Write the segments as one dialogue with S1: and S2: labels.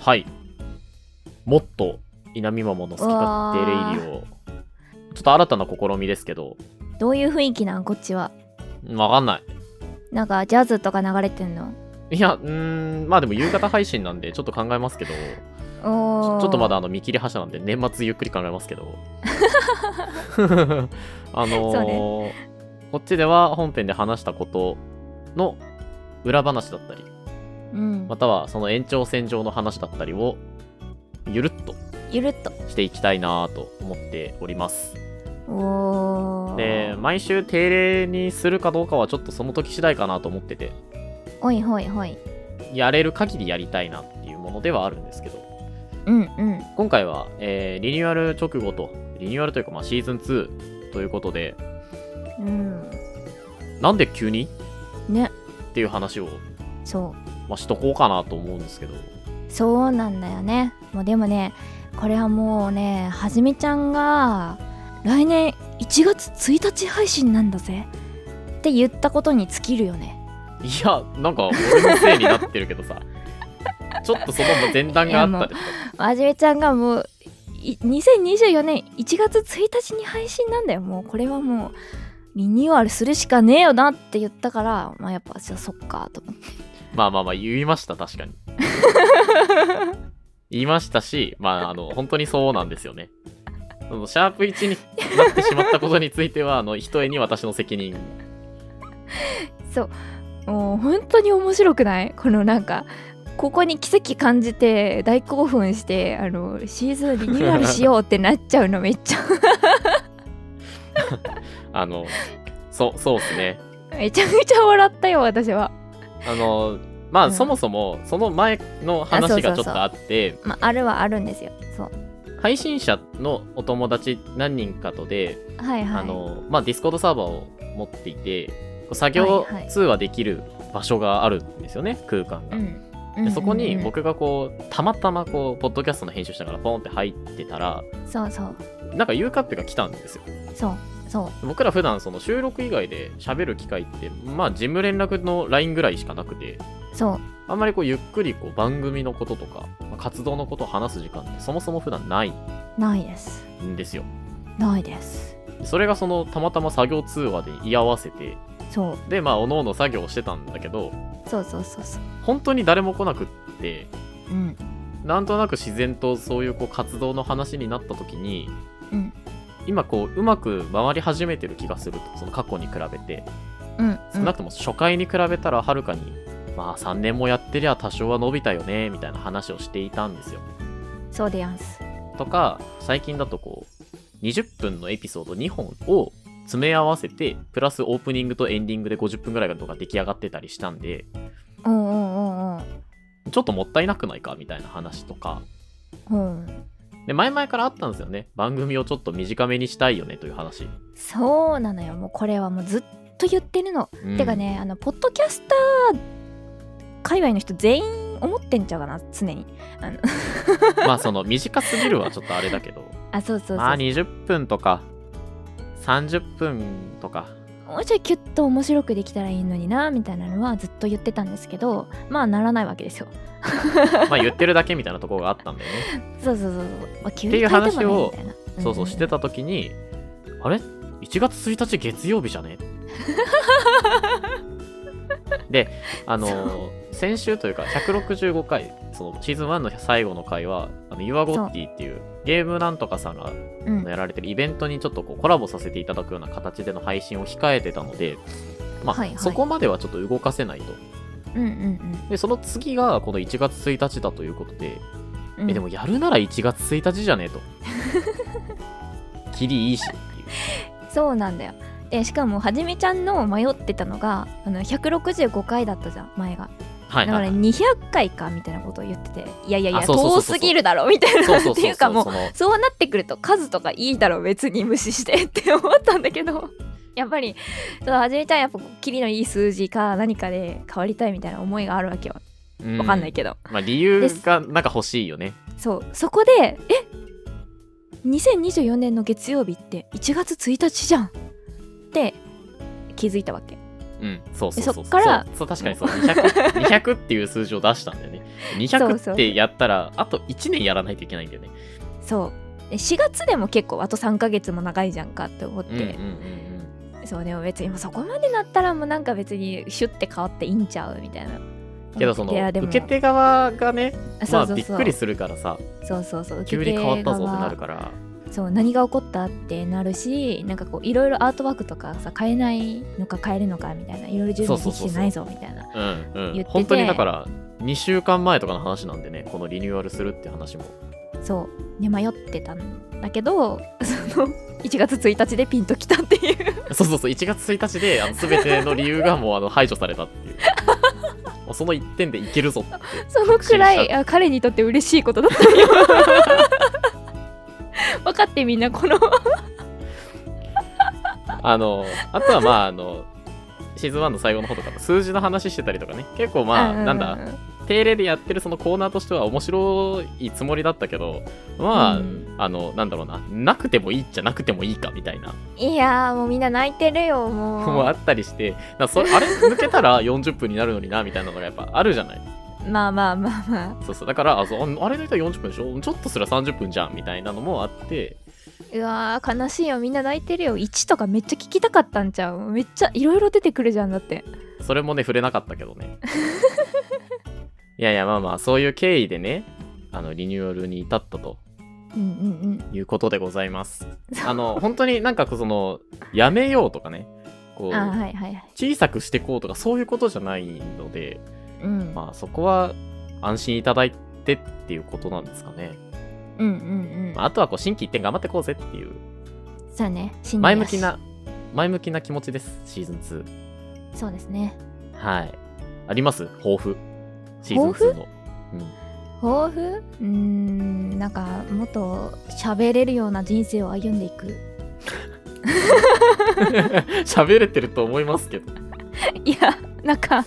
S1: はい。もっと稲見まもの好き勝手レイディオ。ちょっと新たな試みですけど、
S2: どういう雰囲気なんこっちは
S1: わかんない。
S2: なんかジャズとか流れてんの
S1: いや、うーん、まあでも夕方配信なんで、ちょっと考えますけど、ち
S2: お
S1: ょ
S2: ー
S1: ちょっとまだあの見切り発車なんで、年末ゆっくり考えますけ ど。あの
S2: そう
S1: ーこっちでは本編で話したことの裏話だったり、
S2: うん
S1: またはその延長線上の話だったりを、ゆるっと
S2: ゆるっと
S1: していきたいなと思っております。
S2: おー
S1: で、毎週定例にするかどうかはちょっとその時次第かなと思ってて、
S2: おいほいほい
S1: やれる限りやりたいなっていうものではあるんですけど、
S2: うんうん
S1: 今回は、えーリニューアル直後と、リニューアルというか、まあ、シーズン2ということで、
S2: うん
S1: なんで急に
S2: ね
S1: っていう話を、
S2: そう
S1: まあ、しとこうかなと思うんですけど、
S2: そうなんだよねもうでもねこれはもうねはじめちゃんが来年1月1日配信なんだぜって言ったことに尽きるよね
S1: いや、なんか俺のせいになってるけどさ、ちょっとその前段があったでし
S2: はじめちゃんがもうい2024年1月1日に配信なんだよもうこれはもうリニューアルするしかねえよなって言ったからまあやっぱじゃあそっかと思って
S1: ょ。まあまあまあ、言いました、確 かに。言いましたし、まあ、あの、本当にそうなんですよね。そのシャープ1になってしまったことについては、あの、ひとえに私の責任。
S2: そうもう本当に面白くない このなんかここに奇跡感じて大興奮してあのシーズンリニューアルしようってなっちゃうのめっちゃ
S1: あの、そう、そうですね。
S2: めちゃめちゃ笑ったよ私は、
S1: あのまあ、
S2: うん
S1: そもそもその前の
S2: あそ
S1: 話
S2: うそ
S1: が
S2: う
S1: ち
S2: そ
S1: ょ
S2: う
S1: っとあって
S2: まあ、あるはあるんですよそう
S1: 配信者のお友達何人かとで、
S2: はいはい
S1: あのまあ、ディスコードサーバーを持っていてこう作業
S2: はいはい
S1: 通話できる場所があるんですよね、空間が。
S2: うん
S1: でそこに
S2: うんうんうん
S1: 僕がこうたまたまこうポッドキャストの編集しながらポンって入ってたら
S2: そうそう
S1: なんか U カップが来たんですよ
S2: そうそう
S1: 僕ら普段その収録以外で喋る機会ってまあ事務連絡の LINE ぐらいしかなくて
S2: そう
S1: あんまりこうゆっくりこう番組のこととか、まあ活動のことを話す時間ってそもそも普段ない
S2: ないです
S1: んですよ。
S2: ないです
S1: それがそのたまたま作業通話で居合わせて、
S2: そう
S1: で、まあ、おのの作業をしてたんだけど、
S2: そうそうそうそう
S1: 本当に誰も来なくって、
S2: うん
S1: なんとなく自然とそういうこう活動の話になった時に、
S2: うん
S1: 今こう、うまく回り始めてる気がすると、その過去に比べて。
S2: うんう
S1: 少
S2: ん
S1: なくとも初回に比べたらはるかに、まあ、3年もやってりゃ多少は伸びたよね、みたいな話をしていたんですよ。
S2: そうでやんす
S1: とか最近だとこう20分のエピソード2本を詰め合わせてプラスオープニングとエンディングで50分ぐらいのとか出来上がってたりしたんで
S2: うんうんうん
S1: ちょっともったいなくないかみたいな話とか
S2: うんうん
S1: で前々からあったんですよね番組をちょっと短めにしたいよねという話、
S2: そうなのよもうこれはもうずっと言ってるの
S1: うん
S2: てかねあのポッドキャスター界隈の人全員思ってんちゃうかな常に
S1: まあその短すぎるはちょっとあれだけど
S2: あそうそうそう、
S1: まあ20分とか30分とか
S2: もうちょいキュッと面白くできたらいいのになみたいなのはずっと言ってたんですけどまあならないわけですよ
S1: まあ言ってるだけみたいなところがあったんだよね
S2: そうそうそうそう、まあ、急
S1: っていう
S2: 変えて
S1: 話
S2: も
S1: を
S2: ねみたいな
S1: そうそうしてた時に、あれ ?1 月1日月曜日じゃ ねで、あの先週というか165回、そのシーズン1の最後の回は、あの You are g o t y っていうゲームなんとかさんが
S2: うんうん
S1: やられてるイベントにちょっとこうコラボさせていただくような形での配信を控えてたので、まあ
S2: はいはい
S1: そこまではちょっと動かせないと。
S2: うんうん
S1: で、その次がこの1月1日だということで、
S2: うん
S1: え、でもやるなら1月1日じゃねえ と。キリいいしっていう。
S2: そうなんだよでしかもはじめちゃんの迷ってたのがあの165回だったじゃん前が
S1: はい
S2: だ
S1: はい
S2: か
S1: は
S2: ら
S1: い、
S2: 200回かみたいなことを言ってていやいやいや
S1: あそうそうそ
S2: 遠
S1: うそう
S2: すぎるだろみたい
S1: そう
S2: な
S1: そ
S2: っ
S1: う
S2: て
S1: そ
S2: いううか
S1: そう
S2: もう
S1: その
S2: そうなってくると数とかいいだろ別に無視して って思ったんだけどやっぱりそうはじめちゃんやっぱキリのいい数字か何かで変わりたいみたいな思いがあるわけよ
S1: う
S2: わかんないけど、
S1: まあ理由がなんか欲しいよね
S2: そうそこでえ2024年の月曜日って1月1日じゃんって気づいたわけ
S1: うんうん、そうそうそう
S2: そっから
S1: そうそう確かにそう 200, 200っていう数字を出したんだよね
S2: そう
S1: 200
S2: そう
S1: ってやったらあと1年やらないといけないんだよね
S2: そうで4月でも結構あと3ヶ月も長いじゃんかって思っ
S1: うんうんうん
S2: て、そうでも別にもうそこまでなったらもうなんか別にシュッて変わっていいんちゃうみたいな
S1: うんけどその
S2: いやで
S1: 受
S2: も
S1: け手側がね
S2: あそ
S1: ま
S2: う
S1: あ
S2: そう
S1: びっ
S2: そう、
S1: くりするからさ
S2: そうそうそう
S1: 急に変わったぞってなる
S2: ら
S1: から
S2: そう何が起こったってなるしなんかこういろいろアートワークとかさ変えないのか変えるのかみたいないろいろ準備
S1: そう
S2: で
S1: そう
S2: き
S1: そう
S2: て
S1: そう
S2: ないぞみたいな
S1: うんう
S2: 言って
S1: ん
S2: て
S1: 本当にだから2週間前とかの話なんでねこのリニューアルするって話も
S2: そうで迷ってたんだけどその1月1日でピンときたっていう
S1: そうそうそう1月1日であの全ての理由がもうあの排除されたっていう もうその1点でいけるぞって
S2: そのくら
S1: 不審
S2: いあ彼にとって嬉しいことだった よ分かってみんなこの
S1: あのあとはまああのシーズン1の最後の方とかの数字の話してたりとかね結構まあ
S2: ううう
S1: なんだ定例でやってるそのコーナーとしては面白いつもりだったけどまあ、
S2: うん
S1: あのなんだろうななくてもいいじゃなくてもいいかみたいない
S2: やーもうみんな泣いてるよもう
S1: もうあったりしてなそれ あれ抜けたら40分になるのになみたいなのがやっぱあるじゃない
S2: まあまあまあま
S1: そうそうだからあそうああれ抜いたら40分でしょちょっとすら30分じゃんみたいなのもあって
S2: あうわー悲しいよみんな泣いてるよ1とかめっちゃ聞きたかったんちゃうめっちゃいろいろ出てくるじゃんだって
S1: それもね触れなかったけど ねいやいやまあまあそういう経緯でねあのリニューアルに至ったと
S2: うんうん
S1: いうことでございますあの本当になんかそのやめようとかねこ
S2: う
S1: うん
S2: あーはいはいはい
S1: 小さくしてこうとかそういうことじゃないので
S2: うん、
S1: まあそこは安心いただいてっていうことなんですかね、
S2: うんうんうん
S1: まあ、あとはこう心機一転頑張ってこうぜっていう
S2: そうね新年
S1: 前
S2: や
S1: 向
S2: し
S1: きな前向きな気持ちですシーズン
S2: そうですね
S1: 2はいあります抱負シーズン2の
S2: 抱負うーんなんかもっと喋れるような人生を歩んでいく
S1: うん 喋れてると思いますけど
S2: いやなんか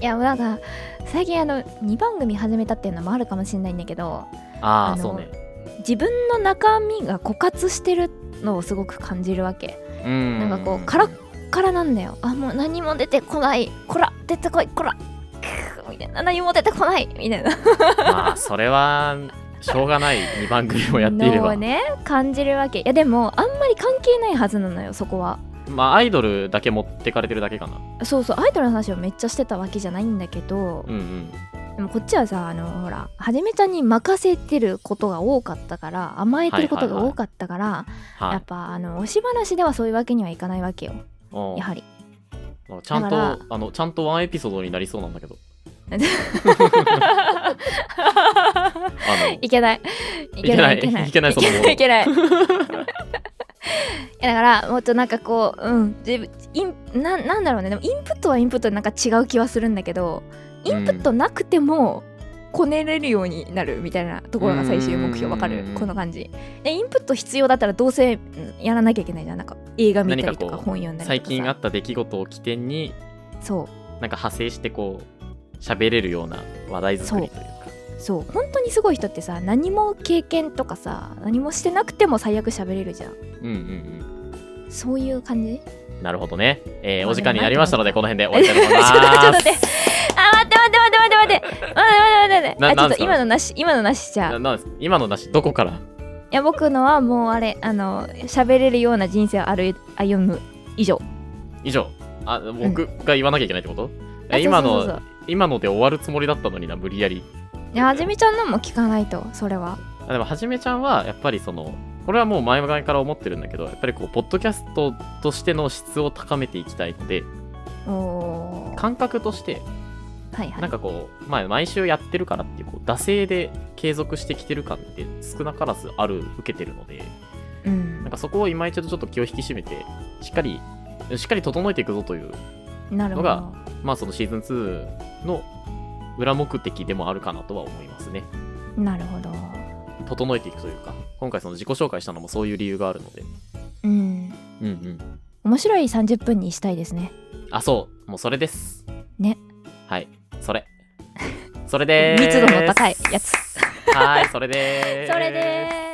S2: いやもうなんか最近あの2番組始めたっていうのもあるかもしれないんだけど
S1: あ
S2: あ
S1: あ
S2: の
S1: そうね
S2: 自分の中身が枯渇してるのをすごく感じるわけ
S1: うん
S2: なんかこうからからなんだよあもう何も出てこないこら出てこいこら くーみたいな何も出てこないみたいな
S1: まあそれはしょうがない2番組をやっていれ
S2: の
S1: ば、
S2: をね感じるわけいやでもあんまり関係ないはずなのよそこは
S1: まあアイドルだけ持ってかれてるだけかな
S2: そうそうアイドルの話をめっちゃしてたわけじゃないんだけど、
S1: うんうん
S2: でもこっちはさあのほらはじめちゃんに任せてることが多かったから甘えてることが多かったから、
S1: は
S2: や
S1: い
S2: っぱあの押し話ではそういうわけにはいかないわけよ
S1: うん
S2: やはり
S1: ちゃん
S2: だ
S1: と
S2: から
S1: あのちゃんとワンエピソードになりそうなんだけどあの
S2: いけないい
S1: けないいけない
S2: いけないいけない いやだからもっとなんかこううん自分インななんだろうねでもインプットはインプットでなんか違う気はするんだけどインプットなくてもこねれるようになるみたいなところが最終目標わか
S1: う
S2: る
S1: ん
S2: この感じでインプット必要だったらどうせうんやらなきゃいけないじゃんなんか映画見たりと
S1: 何
S2: か
S1: かこう
S2: 本読んだりとかさ
S1: 最近あった出来事を起点に
S2: そう
S1: なんか派生してこう喋れるような話題作りというか
S2: そう本当にすごい人ってさ何も経験とかさ何もしてなくても最悪喋れるじゃん
S1: うんうん
S2: そういう感じ
S1: うんなるほどね、えー
S2: まあ
S1: お時間になりましたので
S2: ね
S1: この辺 で終わりたいと思い
S2: ちょっと待
S1: ま
S2: って
S1: す
S2: ちょっと待ってあ待って待って待って待って待っ
S1: ななんす
S2: て待って待って待ってあちょっと
S1: か
S2: 今のなし今のなしじゃあ
S1: ないなんです今のなしどこから
S2: や僕のはもうあれあの喋れるような人生を歩い歩む以上
S1: 以上あ僕が言わなきゃいけないってこと、
S2: あ
S1: え今の
S2: そうそうそうそう
S1: 今ので終わるつもりだったのにな無理やり
S2: いやはじめちゃんのも聞かないとそれは
S1: あでもはじめちゃんはやっぱりそのこれはもう前々から思ってるんだけどやっぱりこうポッドキャストとしての質を高めていきたいので
S2: おお
S1: 感覚として
S2: はいは
S1: なん
S2: い
S1: かこう、まあ、毎週やってるからっていうこう惰性で継続してきてる感って少なからずある受けてるので
S2: う
S1: なん
S2: ん
S1: かそこを今一度ちょっと気を引き締めてしっかりしっかり整えていくぞという
S2: なるほ
S1: の
S2: ど
S1: まあそのシーズン2の裏目的でもあるかなとは思いますね
S2: なるほど
S1: 整えていくというか今回その自己紹介したのもそういう理由があるので
S2: うん
S1: うんうん
S2: 面白い30分にしたいですね
S1: あ、そう。もうそれです。
S2: ね。
S1: はい。そ れ。それでーす。
S2: 密度の高いやつ。
S1: はーい、それでーす。
S2: それでーす